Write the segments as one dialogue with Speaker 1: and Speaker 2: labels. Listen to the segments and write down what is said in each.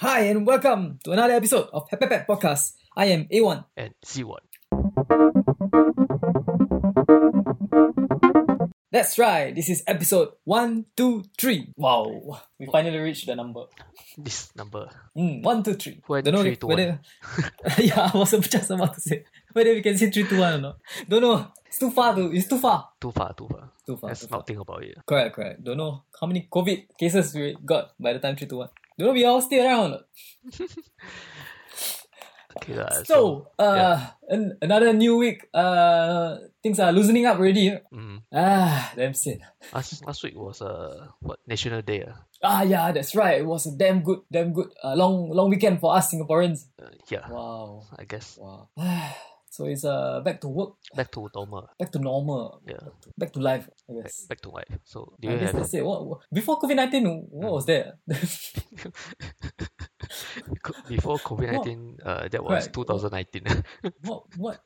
Speaker 1: Hi, and welcome to another episode of Happy Pet Podcast. I am A1.
Speaker 2: and C1.
Speaker 1: That's right, this is episode 123. Wow, we finally reached the number.
Speaker 2: This number.
Speaker 1: Mm, 123.
Speaker 2: Why
Speaker 1: Don't know
Speaker 2: three to
Speaker 1: whether. yeah, I was just about to say whether we can say 3 to 1 or not. Don't know. It's too far, to, it's too far.
Speaker 2: Too far, too far.
Speaker 1: Too far.
Speaker 2: Let's
Speaker 1: too
Speaker 2: not
Speaker 1: far.
Speaker 2: think about it.
Speaker 1: Correct, correct. Don't know how many COVID cases we got by the time 3 to 1. Don't know we all stay around or not.
Speaker 2: Okay, lah,
Speaker 1: So, uh, an- another new week. Uh, things are loosening up already.
Speaker 2: mm,
Speaker 1: Ah, damn sad.
Speaker 2: last, last week was uh what National Day. Uh,
Speaker 1: Ah, yeah, that's right. It was a damn good, damn good uh, long, long weekend for us Singaporeans.
Speaker 2: uh, yeah,
Speaker 1: Wow,
Speaker 2: I guess
Speaker 1: wow. so it's uh back to work,
Speaker 2: back to normal.
Speaker 1: back to normal,
Speaker 2: Yeah,
Speaker 1: back to life. I
Speaker 2: back,
Speaker 1: guess.
Speaker 2: back to life. So do
Speaker 1: I
Speaker 2: you
Speaker 1: guess
Speaker 2: have
Speaker 1: that's it. What, what- before COVID nineteen, what was there?
Speaker 2: co- before COVID nineteen? Uh, that was
Speaker 1: Correct.
Speaker 2: two thousand nineteen.
Speaker 1: what what?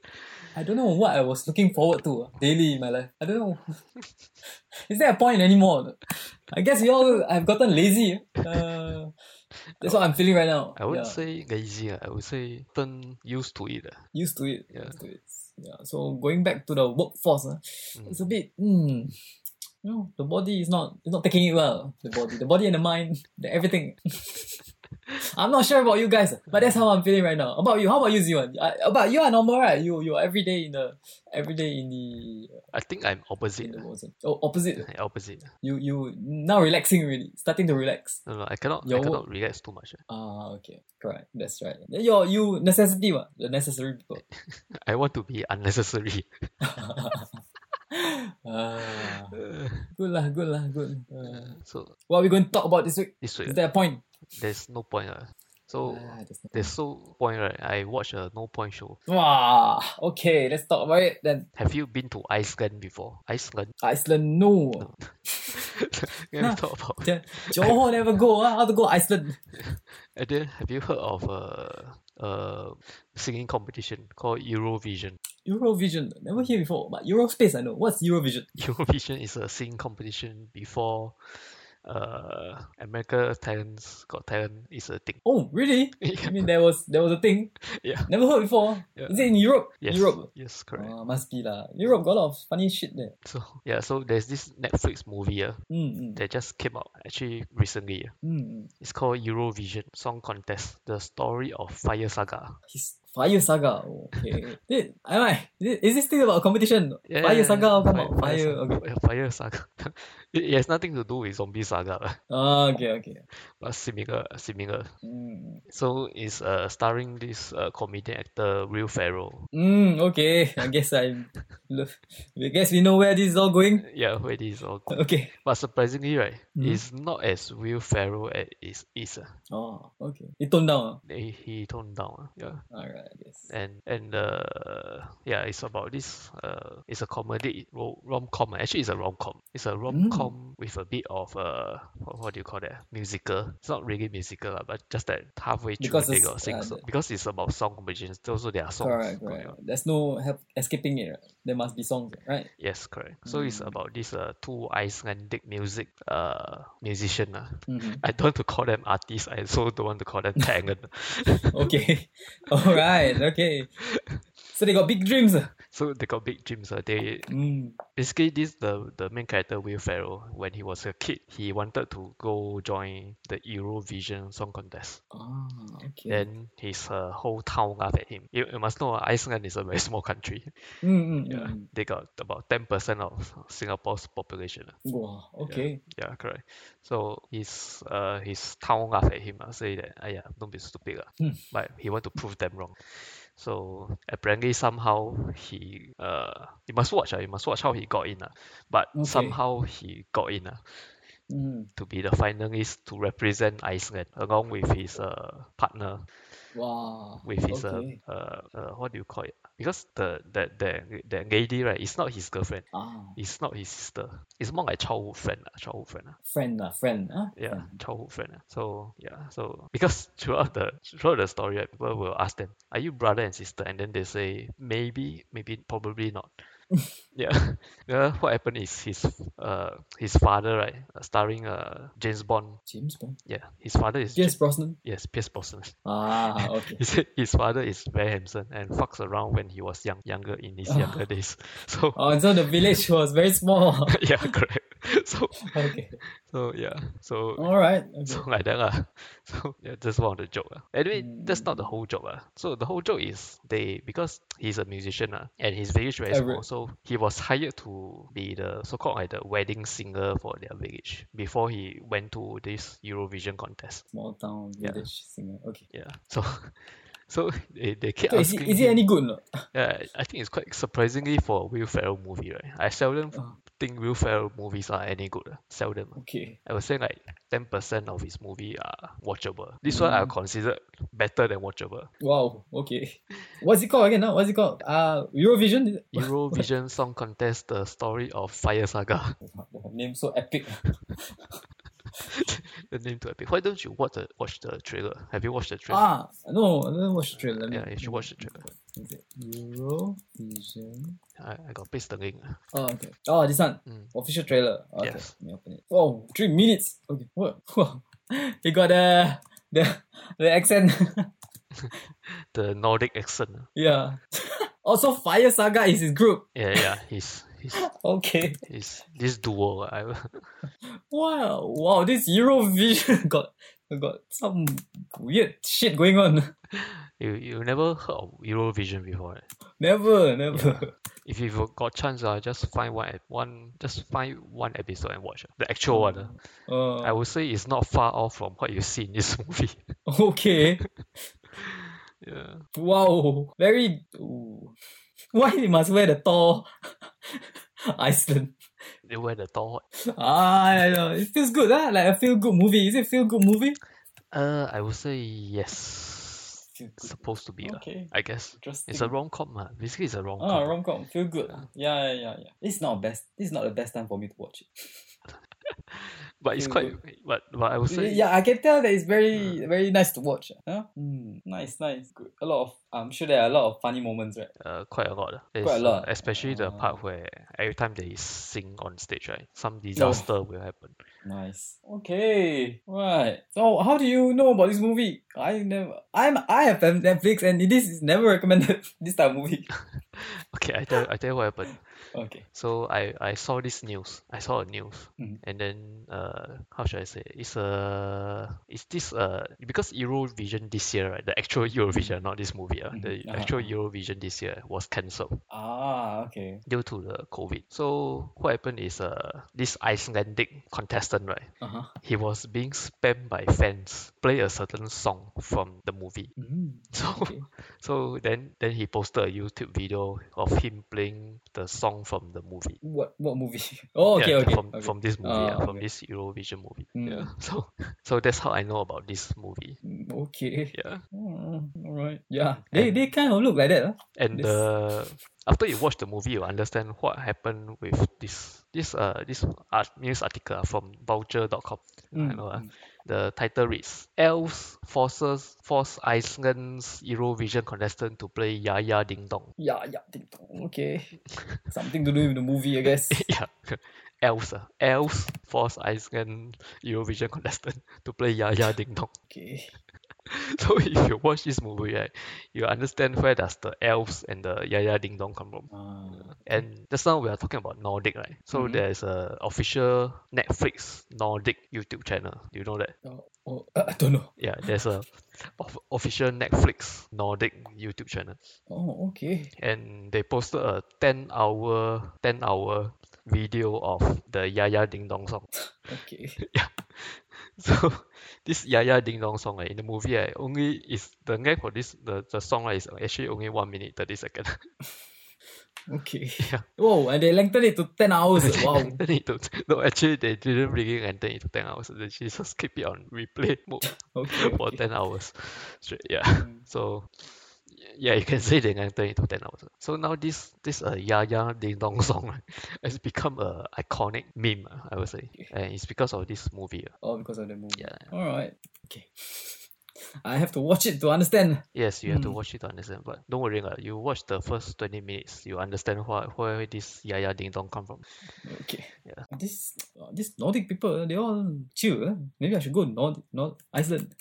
Speaker 1: I don't know what I was looking forward to uh, daily in my life. I don't know. Is there a point anymore? I guess we all have gotten lazy. Uh, that's what I'm feeling right now.
Speaker 2: I wouldn't
Speaker 1: Yeah.
Speaker 2: say lazy. Uh, I would say turn used to it. Uh.
Speaker 1: used to it.
Speaker 2: Yeah.
Speaker 1: Used to it. Yeah. So going back to the workforce, ah,
Speaker 2: Mm.
Speaker 1: it's a bit mm, you know, the body is not it's not taking it well. The body. The body and the mind, the everything. I'm not sure about you guys, ah, but that's how I'm feeling right now. About you, how about you, Ziwan? I- About you are normal, right? You you are every day in the every day in the
Speaker 2: I think I'm opposite.
Speaker 1: in the world. Oh, opposite.
Speaker 2: I opposite.
Speaker 1: You you now relaxing really, starting to relax.
Speaker 2: No, no, I cannot.
Speaker 1: Your
Speaker 2: I
Speaker 1: work-
Speaker 2: cannot relax too much. uh.
Speaker 1: Ah, okay, correct. That's right. You you necessity, what the necessary people.
Speaker 2: I want to be unnecessary.
Speaker 1: ah.
Speaker 2: Uh,
Speaker 1: Good lah, good lah, good. Uh,
Speaker 2: so
Speaker 1: what are we going to talk about this week?
Speaker 2: this week,
Speaker 1: Is
Speaker 2: uh,
Speaker 1: there a point?
Speaker 2: there's no point. Uh. So
Speaker 1: Ah, there's no-
Speaker 2: There's so point, right? I watch a no point show.
Speaker 1: Wah, okay, let's talk about it then.
Speaker 2: Have you been to Iceland before? Iceland?
Speaker 1: Iceland, no.
Speaker 2: Can we talk about?
Speaker 1: Ja- Johor never go, ah. how to go Iceland?
Speaker 2: And then have you heard of uh, uh singing competition called Eurovision?
Speaker 1: Eurovision, never hear before, but Eurospace I know. What's Eurovision?
Speaker 2: Eurovision is a singing competition before uh America Talents Got Talent is a thing.
Speaker 1: Oh, really? I mean, there was there was a thing.
Speaker 2: Yeah.
Speaker 1: Never heard before.
Speaker 2: Yeah.
Speaker 1: Is it in Europe?
Speaker 2: yes.
Speaker 1: Europe.
Speaker 2: Yes, correct.
Speaker 1: Ah, must be lah. Europe got a lot of funny shit there.
Speaker 2: So yeah, so there's this Netflix movie uh,
Speaker 1: Mm, mm,
Speaker 2: that just came out actually recently. uh.
Speaker 1: mm, mm.
Speaker 2: It's called Eurovision Song Contest: The Story of Fire Saga.
Speaker 1: His Fire Saga. Okay. Did, am I? Is, is this still about competition?
Speaker 2: Yeah,
Speaker 1: Fire
Speaker 2: yeah,
Speaker 1: Saga
Speaker 2: yeah.
Speaker 1: will come out. Fire.
Speaker 2: Saga.
Speaker 1: okay.
Speaker 2: Fire- Fire Saga. it, it has nothing to do with Zombie Saga, lah,
Speaker 1: Ah, okay, okay.
Speaker 2: but similar, similar.
Speaker 1: Mm,
Speaker 2: So it's uh, starring this uh, comedian actor Will Ferrell.
Speaker 1: Mm, okay. I guess I, love- I guess we know where this is all going.
Speaker 2: Yeah, where it is all. go-
Speaker 1: Okay.
Speaker 2: But surprisingly, right,
Speaker 1: Mm.
Speaker 2: it's not as Will Ferrell as is is. ah.
Speaker 1: Oh, okay. It toned down.
Speaker 2: They- He toned down. ah, Yeah,
Speaker 1: ah. Alright, I guess.
Speaker 2: and and uh, yeah, it's about this. Uh, it's a comedy rom com. Actually, it's a rom com. It's a rom
Speaker 1: Mm.
Speaker 2: com with a bit of uh, what, what do you call that? Musical. It's not really musical, lah, but just that halfway through
Speaker 1: Because
Speaker 2: they
Speaker 1: it's-
Speaker 2: got sing
Speaker 1: yeah,
Speaker 2: song
Speaker 1: the-
Speaker 2: because it's about song competitions. Also, there are songs.
Speaker 1: Correct,
Speaker 2: going
Speaker 1: correct.
Speaker 2: on.
Speaker 1: There's no help escaping it. Right? There must be songs, right?
Speaker 2: Yes, correct. So it's
Speaker 1: Mm.
Speaker 2: about these uh, two Icelandic music uh musician. ah.
Speaker 1: Mhm.
Speaker 2: I don't want to call them artists. I also don't want to call them talent.
Speaker 1: Okay. Alright, okay. So they got big dreams. ah.
Speaker 2: so they got big dreams. ah. They
Speaker 1: Mm.
Speaker 2: Basically, this the the main character Will Ferrell. When he was a kid, he wanted to go join the Eurovision Song Contest.
Speaker 1: Ah, okay.
Speaker 2: Then his uh, whole town laughed at him. You, you must know, Iceland is a very small country.
Speaker 1: mm, mm, mm,
Speaker 2: Yeah,
Speaker 1: mm.
Speaker 2: they got about ten percent of Singapore's population.
Speaker 1: Wow, okay.
Speaker 2: Yeah, correct. So his uh his town laughed at him. Uh, say that, yeah, don't be stupid. lah."
Speaker 1: Hmm.
Speaker 2: But he want to prove them wrong. So apparently somehow he uh you must watch. Uh, you must watch how he got in. Uh, but
Speaker 1: Okay.
Speaker 2: somehow he got in. Uh,
Speaker 1: Mm.
Speaker 2: to be the finalist to represent Iceland along with his uh, partner
Speaker 1: Wow.
Speaker 2: with his
Speaker 1: okay.
Speaker 2: uh, uh, uh what do you call it because the that that that lady right is not his girlfriend
Speaker 1: Ah,
Speaker 2: it's not his sister it's more like childhood friend uh, childhood friend uh.
Speaker 1: friend, ah, friend. ah.
Speaker 2: yeah
Speaker 1: friend.
Speaker 2: childhood friend uh. so yeah so because throughout the throughout the story right, people will ask them are you brother and sister and then they say maybe maybe probably not yeah. yeah. What happened is his uh his father right uh, starring uh James Bond.
Speaker 1: James Bond.
Speaker 2: Yeah, his father is
Speaker 1: James Brosnan.
Speaker 2: yes Pierce Brosnan.
Speaker 1: Ah, okay.
Speaker 2: He said his father is very handsome and fucks around when he was young younger in his younger days. So
Speaker 1: Oh, and so the village was very small.
Speaker 2: yeah, correct. So
Speaker 1: okay.
Speaker 2: so yeah. So
Speaker 1: All right. Okay.
Speaker 2: So like that lah. So yeah, that's one of the joke. lah. Anyway, that's not the whole joke. lah. So the whole joke is they because he's a musician lah, and his village very
Speaker 1: Oh, re-
Speaker 2: small, so he was hired to be the so called like the wedding singer for their village before he went to this Eurovision contest.
Speaker 1: Small town
Speaker 2: Yeah.
Speaker 1: village singer. Okay.
Speaker 2: Yeah. So so they, they kept
Speaker 1: So is
Speaker 2: asking
Speaker 1: it, is it
Speaker 2: him-
Speaker 1: any good? No?
Speaker 2: yeah, I think it's quite surprisingly for a Will Ferrell movie, right? I seldom
Speaker 1: Oh.
Speaker 2: think Will Ferrell movies are any good. lah. Seldom.
Speaker 1: Okay.
Speaker 2: I would say like ten percent of his movie are watchable. This one I
Speaker 1: Mm.
Speaker 2: consider better than watchable.
Speaker 1: Wow. Okay. What's it called again? Now? What's it called? Uh, Eurovision. is it?
Speaker 2: Eurovision Song Contest: The Story of Fire Saga.
Speaker 1: Name so epic.
Speaker 2: the name to epic. Why don't you watch the watch the trailer? Have you watched the trailer?
Speaker 1: Ah, no, I didn't watch the trailer. Let me-
Speaker 2: Yeah, you should watch the trailer.
Speaker 1: Is it Eurovision.
Speaker 2: I, I got paste the link.
Speaker 1: Oh, okay. Oh, this one.
Speaker 2: Mm.
Speaker 1: Official trailer. Okay.
Speaker 2: Yes.
Speaker 1: Let me open it. Oh, three minutes. Okay. What? Wow. He got the the the accent.
Speaker 2: The Nordic accent.
Speaker 1: yeah. also, Fire Saga is his group.
Speaker 2: Yeah, yeah. He's he's
Speaker 1: Okay.
Speaker 2: he's this duo. I,
Speaker 1: Wow. Wow. This Eurovision got got some weird shit going on.
Speaker 2: you you never heard of Eurovision before. Right?
Speaker 1: Never. Never.
Speaker 2: If you've got chance, uh, just find one ep- one just find one episode and watch ah, the actual one. ah.
Speaker 1: Uh,
Speaker 2: I would say it's not far off from what you see in this movie.
Speaker 1: okay.
Speaker 2: yeah.
Speaker 1: Wow. Very. Ooh. Why they must wear the tall Iceland?
Speaker 2: They wear the tall.
Speaker 1: Ah, I know. It feels good, huh? Like a feel good movie. Is it feel good movie?
Speaker 2: Uh, I would say yes.
Speaker 1: Feel good.
Speaker 2: Supposed to be. ah,
Speaker 1: Okay.
Speaker 2: I guess
Speaker 1: Interesting.
Speaker 2: it's a rom com. Uh. Basically, it's a rom
Speaker 1: Ah,
Speaker 2: com.
Speaker 1: rom com. Feel good. Yeah, yeah, yeah, yeah. It's not best. It's not the best time for me to watch it.
Speaker 2: but it's
Speaker 1: feel
Speaker 2: quite. But but I would say
Speaker 1: Yeah, I can tell that it's very, very nice to watch. Huh? Mm, nice, nice. Good. A lot of. I'm sure there are a lot of funny moments, right?
Speaker 2: uh, quite a lot. ah. There's,
Speaker 1: Quite a
Speaker 2: uh,
Speaker 1: lot.
Speaker 2: especially the
Speaker 1: Ah.
Speaker 2: part where every time they sing on stage, right, some disaster will happen.
Speaker 1: Nice. Okay. Right. So, how do you know about this movie? I never. I'm. I have Netflix, and this is never recommended. This type of movie.
Speaker 2: Okay, I tell I tell you what happened.
Speaker 1: Okay.
Speaker 2: So I, I saw this news. I saw a news,
Speaker 1: Mm.
Speaker 2: and then uh, how should I say? It's uh, it's this uh, because Eurovision this year, right? The actual Eurovision, not this movie, uh,
Speaker 1: Mhm.
Speaker 2: the
Speaker 1: Uh-huh,
Speaker 2: actual
Speaker 1: uh-huh.
Speaker 2: Eurovision this year was cancelled
Speaker 1: Ah. Okay.
Speaker 2: due to the COVID. So what happened is uh, this Icelandic contestant, right?
Speaker 1: Uh huh.
Speaker 2: He was being spammed by fans play a certain song from the movie.
Speaker 1: Mm.
Speaker 2: So
Speaker 1: Okay.
Speaker 2: so then then he posted a YouTube video of him playing the song from the movie.
Speaker 1: What what movie? Oh, okay,
Speaker 2: yeah,
Speaker 1: okay,
Speaker 2: from
Speaker 1: okay.
Speaker 2: from this movie, yeah,
Speaker 1: Ah,
Speaker 2: from
Speaker 1: okay.
Speaker 2: this Eurovision movie.
Speaker 1: Mm.
Speaker 2: Yeah. So so that's how I know about this movie.
Speaker 1: Mm, okay.
Speaker 2: Yeah.
Speaker 1: Mm, all right. Yeah, they they kind of look like that. Huh?
Speaker 2: And
Speaker 1: This-
Speaker 2: uh, after you watch the movie, you understand what happened with this this uh this art, news article from Vulture.com. I
Speaker 1: Mm,
Speaker 2: know, ah.
Speaker 1: mm.
Speaker 2: the title reads: Elves forces force Iceland's Eurovision contestant to play Yaya Ding Dong.
Speaker 1: Yeah, yeah. Ding dong. Okay. Something to do with the movie, I guess.
Speaker 2: yeah. Elves, ah. elves force Iceland Eurovision contestant to play Yaya Ding Dong.
Speaker 1: Okay.
Speaker 2: So if you watch this movie, right, you understand where does the elves and the Yaya Ding Dong come from.
Speaker 1: Ah.
Speaker 2: And just now we are talking about Nordic, right? So
Speaker 1: Mhm.
Speaker 2: there's a official Netflix Nordic YouTube channel. Do you know that?
Speaker 1: oh, oh, uh, I don't know.
Speaker 2: Yeah, there's a of- official Netflix Nordic YouTube channel,
Speaker 1: Oh, okay.
Speaker 2: and they posted a 10 hour 10 hour video of the Yaya Ding Dong song.
Speaker 1: Okay.
Speaker 2: So this Yaya Ding Dong song right, in the movie right, only is the length for this the, the song right, is actually only one minute thirty seconds.
Speaker 1: Okay.
Speaker 2: Yeah.
Speaker 1: Whoa, and they lengthened it to ten hours. Wow.
Speaker 2: Then it took- no, actually they didn't really lengthen it to ten hours. They actually just keep it on replay mode
Speaker 1: Okay.
Speaker 2: for
Speaker 1: okay.
Speaker 2: ten hours straight. Yeah.
Speaker 1: Mm.
Speaker 2: So yeah, you can say they lengthen it to ten hours. So now this this uh, Yaya Ding Dong song right, has become a iconic meme. uh, ah, I would say, and it's because of this movie. ah.
Speaker 1: Oh, because of the movie.
Speaker 2: Yeah.
Speaker 1: All right. Okay. I have to watch it to understand.
Speaker 2: Yes, you have to
Speaker 1: Mm.
Speaker 2: watch it to understand. But don't worry, lah. you watch the first 20 minutes, you understand why, where this Yaya Ding Dong come from.
Speaker 1: Okay.
Speaker 2: Yeah.
Speaker 1: This this Nordic people, they all chill. eh? Maybe I should go Nord, Nord Iceland.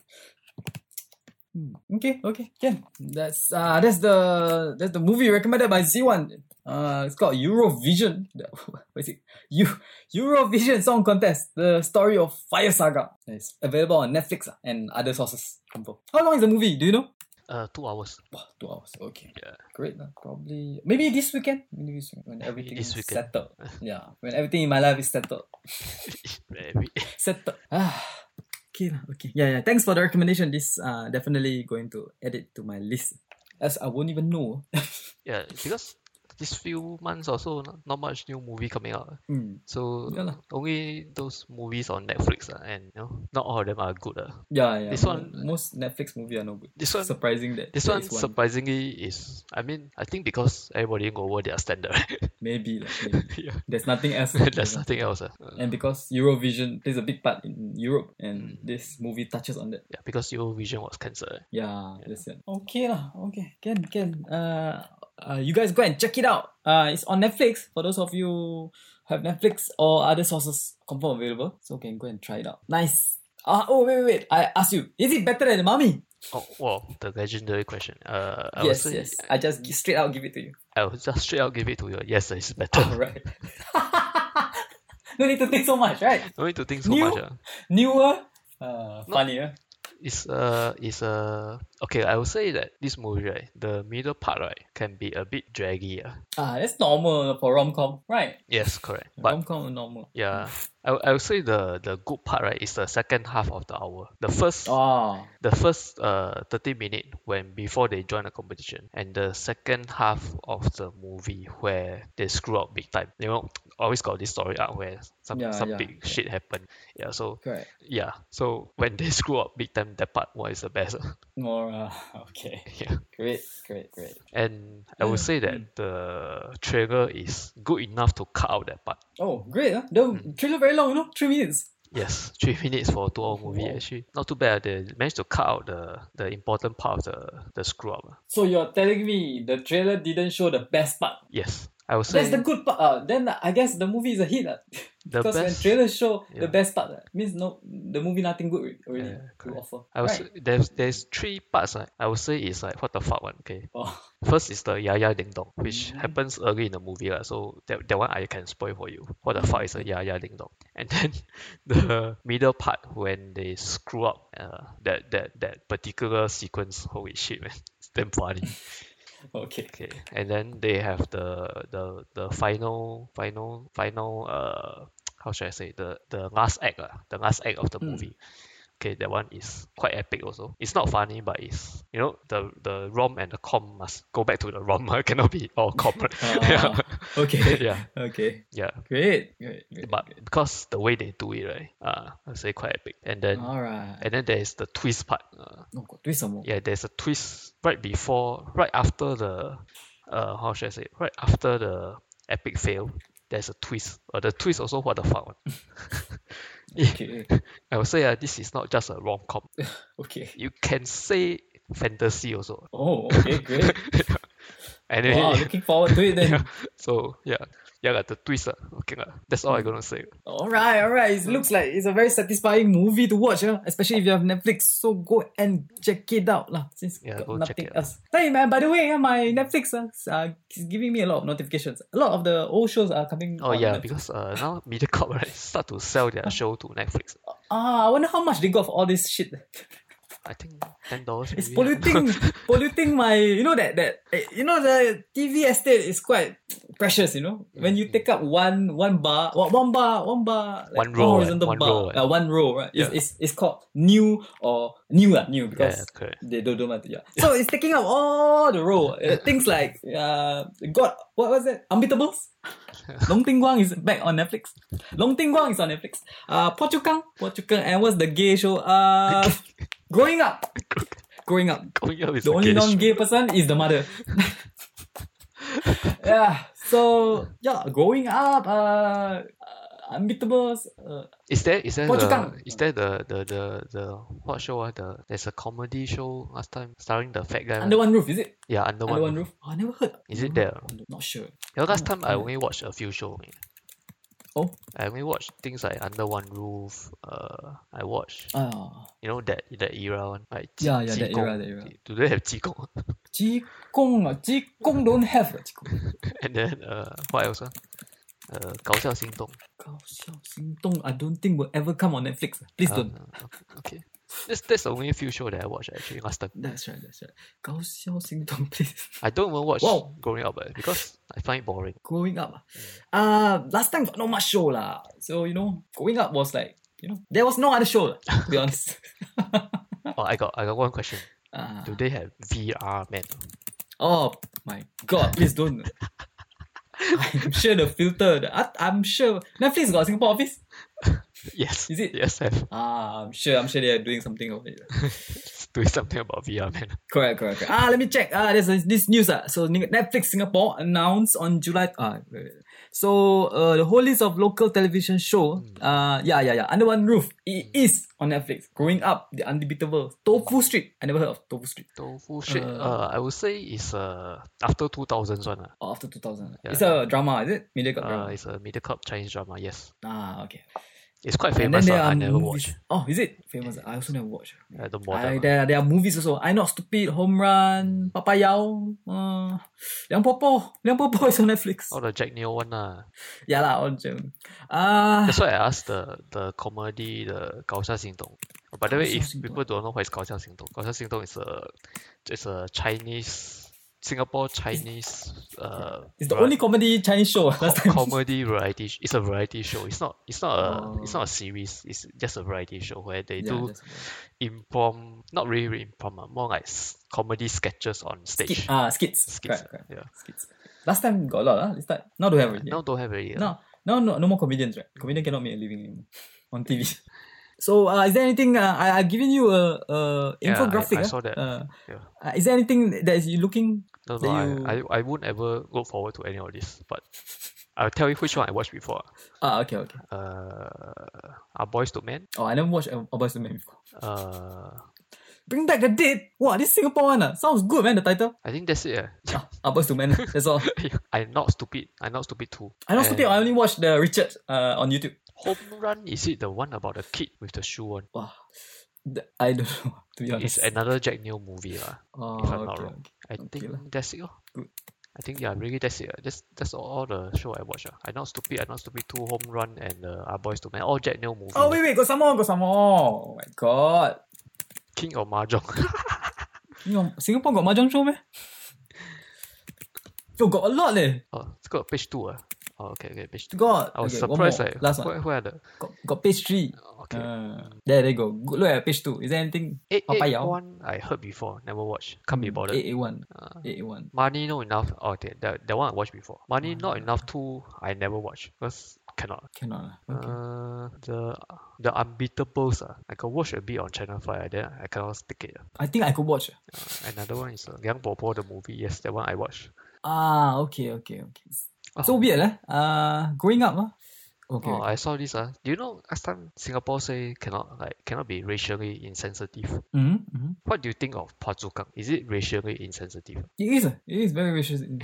Speaker 1: Hmm. Okay, okay, yeah. That's uh that's the that's the movie recommended by Z1. Uh it's called Eurovision. What is it? You Eurovision Song Contest, the story of Fire Saga. It's available on Netflix ah, and other sources. Confirm. How long is the movie? Do you know?
Speaker 2: Uh, two hours.
Speaker 1: Wow, two hours. Okay.
Speaker 2: Yeah.
Speaker 1: Great. lah. Probably maybe this weekend. Maybe this weekend when everything
Speaker 2: this
Speaker 1: is
Speaker 2: weekend.
Speaker 1: settled. Yeah. When everything in my life is settled.
Speaker 2: Very-
Speaker 1: Settled. Ah. Okay lah. Okay. Yeah, yeah. Thanks for the recommendation. This uh definitely going to add it to my list. As I won't even know.
Speaker 2: yeah, because this few months or so, not, not much new movie coming out.
Speaker 1: Hmm.
Speaker 2: So
Speaker 1: Yeah lah.
Speaker 2: only those movies on Netflix, ah, and you know, not all of them are good. ah.
Speaker 1: Yeah, yeah.
Speaker 2: This
Speaker 1: mo-
Speaker 2: one-
Speaker 1: most Netflix movie are no good.
Speaker 2: This one,
Speaker 1: Surprising that
Speaker 2: this
Speaker 1: there
Speaker 2: one
Speaker 1: is
Speaker 2: surprisingly is. I mean, I think because everybody go over their standard.
Speaker 1: Maybe, lah, maybe.
Speaker 2: yeah,
Speaker 1: There's nothing else.
Speaker 2: there's nothing else. ah. Uh,
Speaker 1: And because Eurovision plays a big part in Europe, and
Speaker 2: Mm.
Speaker 1: this movie touches on that.
Speaker 2: yeah, because Eurovision was cancelled.
Speaker 1: Yeah, that's it. Okay lah. Okay, can can. Uh, uh, you guys go and check it out. Uh, it's on Netflix for those of you who have Netflix or other sources confirm available. So can go and try it out. Nice. Uh, oh wait, wait, wait. I ask you, is it better than Mummy?
Speaker 2: Oh, well, the legendary question. Uh, I
Speaker 1: Yes,
Speaker 2: would say,
Speaker 1: yes. I just gi- straight out give it to you.
Speaker 2: I will just straight out give it to you. Yes, it's better.
Speaker 1: Alright. no need to think so much, right?
Speaker 2: No need to think so
Speaker 1: New-
Speaker 2: much. ah.
Speaker 1: Newer, uh, funnier.
Speaker 2: It's uh it's uh okay, I would say that this movie, right, the middle part right can be a bit draggy. ah.
Speaker 1: Ah, that's normal for rom com, right?
Speaker 2: Yes, correct. But
Speaker 1: Rom com normal.
Speaker 2: yeah, I, would- I would say the the good part right is the second half of the hour. The first
Speaker 1: Oh,
Speaker 2: the first uh 30 minute when before they join the competition and the second half of the movie where they screw up big time. You know, always got this story out where some
Speaker 1: Yeah,
Speaker 2: some
Speaker 1: yeah,
Speaker 2: big
Speaker 1: yeah.
Speaker 2: shit happened. Yeah, so
Speaker 1: correct.
Speaker 2: yeah, so when they screw up big time, that part was the best. ah.
Speaker 1: More uh, okay.
Speaker 2: yeah.
Speaker 1: Great, great, great.
Speaker 2: And I would
Speaker 1: Yeah. Mm.
Speaker 2: say that the trailer is good enough to cut out that part.
Speaker 1: Oh, great! Huh?
Speaker 2: Hmm.
Speaker 1: The trailer very long, you know, three minutes.
Speaker 2: Yes, three minutes for a two-hour movie
Speaker 1: Wow.
Speaker 2: actually not too bad. They managed to cut out the the important part of the the screw up.
Speaker 1: So you're telling me the trailer didn't show the best part?
Speaker 2: Yes, I would say
Speaker 1: That's the good part. Uh, then I guess the movie is a hit. Uh,
Speaker 2: the
Speaker 1: because when
Speaker 2: best.
Speaker 1: trailers show the
Speaker 2: yeah.
Speaker 1: best part, uh, means no, the movie nothing good re- already to
Speaker 2: Yeah, correct.
Speaker 1: offer.
Speaker 2: I would
Speaker 1: right?
Speaker 2: say there's there's three parts. ah. I would say it's like what the fuck one. Okay,
Speaker 1: Oh,
Speaker 2: first is the Yaya Ding Dong, which
Speaker 1: Mhm.
Speaker 2: happens early in the movie lah. So that, that one I can spoil for you. What the fuck is a Yaya Ding Dong? And then the middle part when they screw up uh, that that that particular sequence. Holy shit, man! It's damn funny.
Speaker 1: okay.
Speaker 2: Okay, and then they have the the the final final final uh how should I say the the last act uh, the last act of the
Speaker 1: Mm.
Speaker 2: movie. Okay, that one is quite epic also. It's not funny, but it's you know the the rom and the com must go back to the rom. uh, Cannot be all com. right? yeah,
Speaker 1: Ah, okay.
Speaker 2: yeah,
Speaker 1: Okay.
Speaker 2: yeah.
Speaker 1: Great. Great. great.
Speaker 2: But because the way they do it, right? Uh, I would say quite epic. And then
Speaker 1: Alright.
Speaker 2: and then there is the twist part. Uh,
Speaker 1: No, got twist some more.
Speaker 2: yeah, there's a twist right before, right after the, uh, how should I say, right after the epic fail, there's a twist. Uh, the twist also what the fuck. one. Yeah,
Speaker 1: Okay.
Speaker 2: I would say uh, this is not just a rom com.
Speaker 1: Okay.
Speaker 2: You can say fantasy also.
Speaker 1: Oh, okay. Great.
Speaker 2: Anyway,
Speaker 1: wow, looking forward to it then.
Speaker 2: yeah, so yeah, yeah, like the twist. Uh, okay, lah. that's all I'm gonna say.
Speaker 1: All right, all right. It looks like it's a very satisfying movie to watch, huh? especially if you have Netflix. So go and check it out, lah. Since
Speaker 2: Yeah,
Speaker 1: got
Speaker 2: go check
Speaker 1: nothing
Speaker 2: it out.
Speaker 1: else. Hey man, by the way, ah, my Netflix ah, is, uh, is giving me a lot of notifications. A lot of the old shows are coming. on
Speaker 2: Oh yeah,
Speaker 1: Netflix.
Speaker 2: because uh, now MediaCorp right start to sell their show to Netflix.
Speaker 1: Ah, I wonder how much they got for all this shit.
Speaker 2: I think ten dollars.
Speaker 1: It's polluting, polluting my. You know that that eh, you know the TV estate is quite precious. You know when you take up one one bar, one one bar, one bar,
Speaker 2: One row, eh,
Speaker 1: horizontal
Speaker 2: one
Speaker 1: bar,
Speaker 2: row, eh.
Speaker 1: uh, one row, right?
Speaker 2: Yeah.
Speaker 1: It's, it's it's called new or new uh, new
Speaker 2: Yeah,
Speaker 1: because
Speaker 2: correct.
Speaker 1: They don't do matter, yeah. So it's taking up all the role. Uh, things like uh, God, what was it? Unbeatables. Long Ting Guang is back on Netflix. Long Ting Guang is on Netflix. Uh, Pochukang, Pochukang, and what's the gay show? Uh, growing up, growing up.
Speaker 2: Going up is
Speaker 1: The
Speaker 2: a
Speaker 1: only
Speaker 2: gay show.
Speaker 1: non-gay person is the mother. yeah. So yeah, growing up. Uh, uh, Unbeatables. Uh,
Speaker 2: Is there is there
Speaker 1: Phua Chu
Speaker 2: the
Speaker 1: Kang.
Speaker 2: is there the the the the what show ah the there's a comedy show last time starring the fat guy.
Speaker 1: Under
Speaker 2: one.
Speaker 1: One Roof, is it?
Speaker 2: Yeah, under,
Speaker 1: Under
Speaker 2: one.
Speaker 1: One Roof? Oh, I never heard.
Speaker 2: Is it
Speaker 1: Under
Speaker 2: there?
Speaker 1: One Roof. Not sure.
Speaker 2: You know, last
Speaker 1: No,
Speaker 2: time I
Speaker 1: no.
Speaker 2: only watched a few shows. only.
Speaker 1: Oh.
Speaker 2: I only watched things like Under One Roof. Uh, I watched
Speaker 1: Ah,
Speaker 2: you know that that era one like Ji-
Speaker 1: Yeah, yeah, that
Speaker 2: Jigong.
Speaker 1: era, that era.
Speaker 2: Do they have Jigong?
Speaker 1: Ji Kong, ah, Ji Kong don't have ah, Ji Kong.
Speaker 2: and then uh what else? ah? Uh, 搞笑心动.
Speaker 1: 搞笑行动, I don't think will ever come on Netflix. ah. Please
Speaker 2: Ah,
Speaker 1: don't.
Speaker 2: ah, okay, okay. That's, that's the only few show that I watched actually last time.
Speaker 1: That's right. That's right. 搞笑行动, please.
Speaker 2: I don't even watch
Speaker 1: Wow.
Speaker 2: growing up eh, because I find it boring.
Speaker 1: growing up. ah. Uh, last time not much show lah. So you know, growing up was like you know there was no other show lah. To be honest.
Speaker 2: Oh, I got I got one question.
Speaker 1: Ah.
Speaker 2: Do they have VR man?
Speaker 1: oh my god! Please don't. I'm sure the filter. The, I, I'm sure Netflix got Singapore office.
Speaker 2: Yes.
Speaker 1: Is it?
Speaker 2: Yes, have.
Speaker 1: Ah, I'm sure. I'm sure they are doing something about it.
Speaker 2: Doing something about VR man.
Speaker 1: Correct, correct, correct. Ah, let me check. Ah, there's this, this news. Ah. So Ni- Netflix Singapore announced on July. Ah, wait, wait. So uh, the whole list of local television show.
Speaker 2: Hmm.
Speaker 1: Uh, yeah, yeah, yeah. Under one roof. It is on Netflix. Growing up, the undebatable Tofu Street. I never heard of Tofu Street.
Speaker 2: Tofu shit. Uh,
Speaker 1: Uh.
Speaker 2: I would say it's uh after 2000s one.
Speaker 1: Oh, after 2000.
Speaker 2: Yeah.
Speaker 1: It's a drama, is it? Media
Speaker 2: Uh,
Speaker 1: got
Speaker 2: uh,
Speaker 1: drama.
Speaker 2: it's a media cup Chinese drama. Yes,
Speaker 1: Ah, okay.
Speaker 2: it's quite
Speaker 1: And then
Speaker 2: famous.
Speaker 1: there
Speaker 2: uh, I
Speaker 1: are
Speaker 2: never
Speaker 1: movies.
Speaker 2: watched. uh,
Speaker 1: Oh, is it famous? I also never watched.
Speaker 2: I don't bother.
Speaker 1: I,
Speaker 2: man.
Speaker 1: there, there are movies also. I Not Stupid, Home Run, Papa Yao, uh, Liang Popo. Liang Popo is on Netflix.
Speaker 2: All Oh, the Jack Neo one lah.
Speaker 1: Yeah lah, on German. Ah,
Speaker 2: That's why I asked the the comedy the 搞笑行动. By the way, if
Speaker 1: 搞笑行动.
Speaker 2: people don't know what is 搞笑行动,搞笑行动 is a it's a Chinese Singapore Chinese uh
Speaker 1: it's the
Speaker 2: vari-
Speaker 1: only comedy Chinese show
Speaker 2: co-
Speaker 1: last time.
Speaker 2: comedy variety. sh- It's a variety show. It's not it's not a it's
Speaker 1: Oh.
Speaker 2: not a series. It's just a variety show where they
Speaker 1: Yeah,
Speaker 2: do
Speaker 1: that's
Speaker 2: impromptu, not really, really impromptu, uh, more like s- comedy sketches on
Speaker 1: right.
Speaker 2: stage.
Speaker 1: Skit, ah, skits.
Speaker 2: Skits,
Speaker 1: Correct,
Speaker 2: uh,
Speaker 1: correct.
Speaker 2: yeah.
Speaker 1: Skits. Last time got a lot, ah. This time now don't have already.
Speaker 2: Now don't have it. yet.
Speaker 1: Now, now no, no more comedians, right? Comedian cannot make a living anymore on TV. So, uh, is there anything? Uh, I I've given you a, a
Speaker 2: Yeah, I-
Speaker 1: infographic.
Speaker 2: I
Speaker 1: ah.
Speaker 2: saw that.
Speaker 1: Uh,
Speaker 2: Yeah.
Speaker 1: uh, is there anything that is you looking?
Speaker 2: No,
Speaker 1: that
Speaker 2: no, I,
Speaker 1: you-
Speaker 2: I, I won't ever look forward to any of this, but I'll tell you which one I watched before.
Speaker 1: Ah, okay, okay.
Speaker 2: Uh, Our Boys to Men,
Speaker 1: Oh, I never watched a Boys to Men before.
Speaker 2: uh,
Speaker 1: Bring back the dead. Wow, this Singapore one ah. sounds good, man. The title.
Speaker 2: I think that's it. eh.
Speaker 1: Ah, Ah, Boys to Men. That's all.
Speaker 2: I'm Not Stupid, I'm Not Stupid too.
Speaker 1: I don't stupid. I only watched the Richard uh, on YouTube.
Speaker 2: Home Run, is it the one about the kid with the shoe on?
Speaker 1: Wow. Th- I don't know, to be honest.
Speaker 2: It's another Jack Neo movie. lah.
Speaker 1: oh,
Speaker 2: if I'm not wrong. I
Speaker 1: Okay
Speaker 2: think
Speaker 1: lah.
Speaker 2: that's it. lor.
Speaker 1: Good.
Speaker 2: I think, yeah, really that's it. ah. That's, that's all, all the show I watched. ah. I'm Not Stupid, I'm Not Stupid too. Home Run, and uh, Our Boys to Men, all Jack Neo movie.
Speaker 1: Oh, wait, wait, got some more, got some more. Oh my god.
Speaker 2: King of Mahjong.
Speaker 1: You know, Singapore got mahjong show, man? Yo, got a lot leh.
Speaker 2: Oh, it's got page two. Uh. Oh, okay, okay, page two.
Speaker 1: Got.
Speaker 2: I was
Speaker 1: okay, one
Speaker 2: surprised.
Speaker 1: more.
Speaker 2: Like,
Speaker 1: Last one.
Speaker 2: where, where are the?
Speaker 1: Got, got page three.
Speaker 2: Okay,
Speaker 1: Ah, there, there you go. Good look at page two. Is there anything?
Speaker 2: eight
Speaker 1: Papa
Speaker 2: eight
Speaker 1: Yao.
Speaker 2: one. I heard before. Never watch. Can't
Speaker 1: Mm,
Speaker 2: be bothered.
Speaker 1: 881.
Speaker 2: Uh,
Speaker 1: 881.
Speaker 2: money not enough. Oh, okay, that that one I watched before. Money not
Speaker 1: Money
Speaker 2: enough too. I never watch because cannot.
Speaker 1: Cannot lah. Okay.
Speaker 2: Uh, the the unbeatables. Uh, I can watch a bit on Channel Five. Then I cannot stick it. ah.
Speaker 1: I think I could watch.
Speaker 2: Uh, another one is uh, Liang Bo Bo the movie. Yes, that one I watched.
Speaker 1: Ah, okay, okay, okay.
Speaker 2: Oh.
Speaker 1: So weird eh. Uh, growing up ah. Okay.
Speaker 2: Oh, I saw this. Uh. do you know last time Singapore say cannot like cannot be racially insensitive.
Speaker 1: hmm hmm
Speaker 2: What do you think of Phua Chu Kang? Is it racially insensitive?
Speaker 1: It is. ah. It is very vicious. in-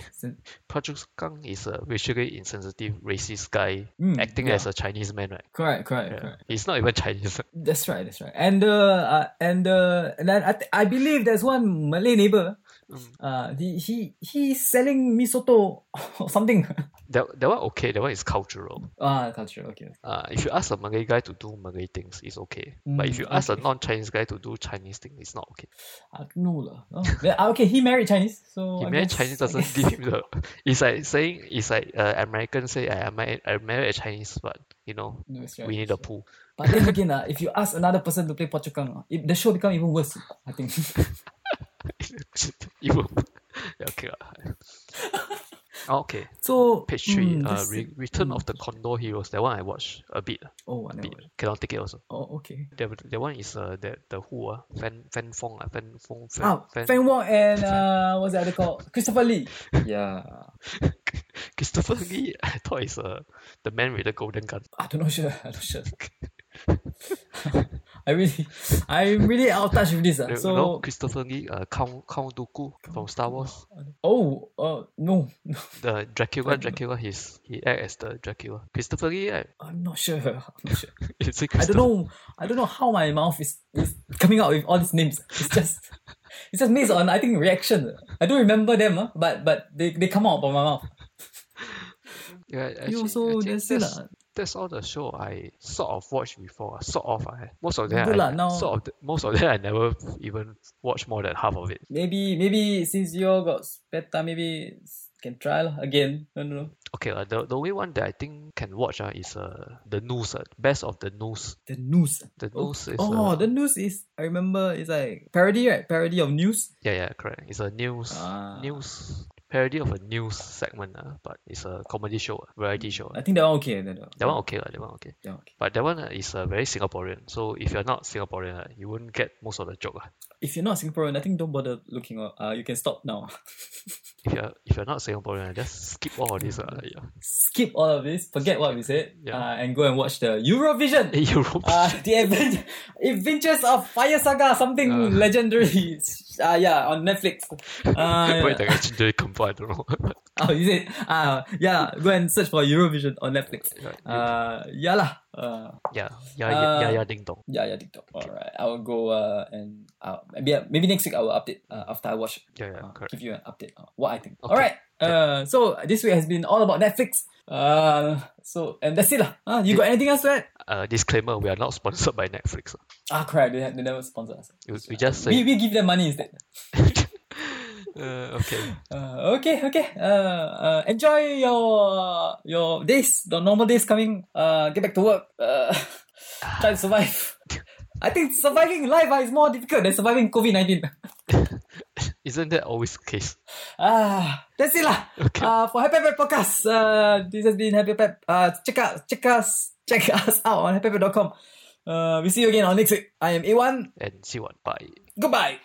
Speaker 2: Phua Chu Kang is a racially insensitive, racist guy
Speaker 1: Mm,
Speaker 2: acting
Speaker 1: yeah.
Speaker 2: as a Chinese man, right?
Speaker 1: Correct, correct,
Speaker 2: Yeah.
Speaker 1: correct.
Speaker 2: He's not even Chinese.
Speaker 1: That's right, that's right. And uh, uh and uh, and then I, th- I believe there's one Malay neighbor.
Speaker 2: Mm.
Speaker 1: Uh, he he he's selling misoto or something.
Speaker 2: that, that one okay, that one is cultural.
Speaker 1: ah, culture. Okay.
Speaker 2: Uh, if you ask a Malay guy to do Malay things, it's okay. but if
Speaker 1: Mm,
Speaker 2: you ask
Speaker 1: okay.
Speaker 2: a non-Chinese guy to do Chinese things, it's not okay.
Speaker 1: I don't know lah. Oh, then- ah, okay, he married Chinese, so I
Speaker 2: He married
Speaker 1: guess-
Speaker 2: Chinese
Speaker 1: I
Speaker 2: doesn't
Speaker 1: guess-
Speaker 2: give him the. It's like saying it's like uh, American say I am I, I married a Chinese, but you know
Speaker 1: No, it's right,
Speaker 2: we need
Speaker 1: it's
Speaker 2: a
Speaker 1: right.
Speaker 2: pool.
Speaker 1: But then again, uh, if you ask another person to play Pochukang, it, the show become even worse. I think.
Speaker 2: you will- yeah, okay. lah. okay.
Speaker 1: so
Speaker 2: Page three,
Speaker 1: mm,
Speaker 2: uh,
Speaker 1: that's
Speaker 2: Re-
Speaker 1: it.
Speaker 2: Return
Speaker 1: Mm,
Speaker 2: of the Condor Heroes. That one I watched a bit, a
Speaker 1: Oh, I never.
Speaker 2: bit. Cannot take it also.
Speaker 1: Oh, okay.
Speaker 2: That, that one is uh, that the who ah Fan Fan Fong ah Fan Fong Fan
Speaker 1: Oh, Ah, Feng Wong and uh, what's the other called? Christopher Lee. Yeah.
Speaker 2: Christopher Lee, I thought is uh, the man with the golden gun.
Speaker 1: I don't know sure. I'm not sure. I really, I'm really out of touch with this.
Speaker 2: You
Speaker 1: Uh.
Speaker 2: you know
Speaker 1: So,
Speaker 2: Christopher Lee, uh, Count Count Dooku from Star Wars,
Speaker 1: oh, uh, no,
Speaker 2: the
Speaker 1: I don't
Speaker 2: Dracula.
Speaker 1: know.
Speaker 2: Dracula, he's he act as the Dracula. Christopher Lee, right?
Speaker 1: I'm not sure. I'm not sure.
Speaker 2: Is it
Speaker 1: I don't
Speaker 2: Christopher?
Speaker 1: know. I don't know how my mouth is, is coming out with all these names. It's just, it's just based on I think reaction. I don't remember them, uh, but but they, they come out of my mouth.
Speaker 2: Yeah, actually,
Speaker 1: you
Speaker 2: I
Speaker 1: also
Speaker 2: think
Speaker 1: that's it
Speaker 2: that's-
Speaker 1: lah.
Speaker 2: that's all the show I sort of watched before. ah, Sort of, I most of them
Speaker 1: Good
Speaker 2: I
Speaker 1: lah, now-
Speaker 2: sort of th- most of them I never even watched more than half of it.
Speaker 1: Maybe maybe since you all got spare time, maybe s- can try lah again. I don't know.
Speaker 2: Okay, uh, the the only one that I think can watch uh, is uh, the news, uh, best of the news.
Speaker 1: The news.
Speaker 2: The
Speaker 1: Oh,
Speaker 2: news is
Speaker 1: Oh,
Speaker 2: uh,
Speaker 1: the news is I remember it's like parody, right? Parody of news.
Speaker 2: yeah yeah correct. It's a news
Speaker 1: Ah.
Speaker 2: news parody of a news segment, uh, but it's a comedy show, ah, variety show. ah.
Speaker 1: I think that one okay. That,
Speaker 2: That one okay, uh, that one okay.
Speaker 1: that one okay.
Speaker 2: But that one uh, is uh, very Singaporean. So if you're not Singaporean, uh, you won't get most of the joke. ah.
Speaker 1: If you're not Singaporean, I think don't bother looking. up. Uh, you can stop now.
Speaker 2: If you're if you're not Singaporean, ah, just skip all of this. Uh, yeah.
Speaker 1: Skip all of this. Forget what we said.
Speaker 2: Yeah.
Speaker 1: Uh, and go and watch the Eurovision.
Speaker 2: Europe.
Speaker 1: Uh, the Aven- Adventures of Fire Saga, something
Speaker 2: Uh.
Speaker 1: legendary. Uh, yeah, on Netflix. Uh,
Speaker 2: Wait, I actually combined. I don't know.
Speaker 1: Oh, is it? Ah, yeah. Go and search for Eurovision on Netflix.
Speaker 2: yeah,
Speaker 1: Uh, yeah lah. Uh,
Speaker 2: yeah, yeah, yeah, yeah,
Speaker 1: uh,
Speaker 2: yeah, ding dong.
Speaker 1: yeah, yeah. TikTok. All right. I will go. Uh, and uh, maybe maybe next week I will update. Uh, after I watch,
Speaker 2: Yeah, yeah,
Speaker 1: uh,
Speaker 2: correct.
Speaker 1: give you an update. on what I think.
Speaker 2: Okay.
Speaker 1: All right. Uh, so this week has been all about Netflix. Uh, so and that's it lah. Uh, you got anything else to add?
Speaker 2: Uh, disclaimer: We are not sponsored by Netflix.
Speaker 1: Ah, crap. They, have, they never sponsor us.
Speaker 2: We, we
Speaker 1: We,
Speaker 2: just say.
Speaker 1: we give them money instead.
Speaker 2: uh, okay.
Speaker 1: Uh, okay, okay. Uh, uh, enjoy your your days, the normal days coming. Uh, get back to work. Uh, try to survive. I think surviving life ah, is more difficult than surviving COVID nineteen.
Speaker 2: Isn't that always the case?
Speaker 1: Ah, that's it lah.
Speaker 2: Okay.
Speaker 1: Uh, for Happy Pep Podcast, uh, this has been Happy Pep. Uh, check out, check us, check us out on happypep.com. Uh, we see you again on next week. I am A1.
Speaker 2: and see what. Bye.
Speaker 1: Goodbye.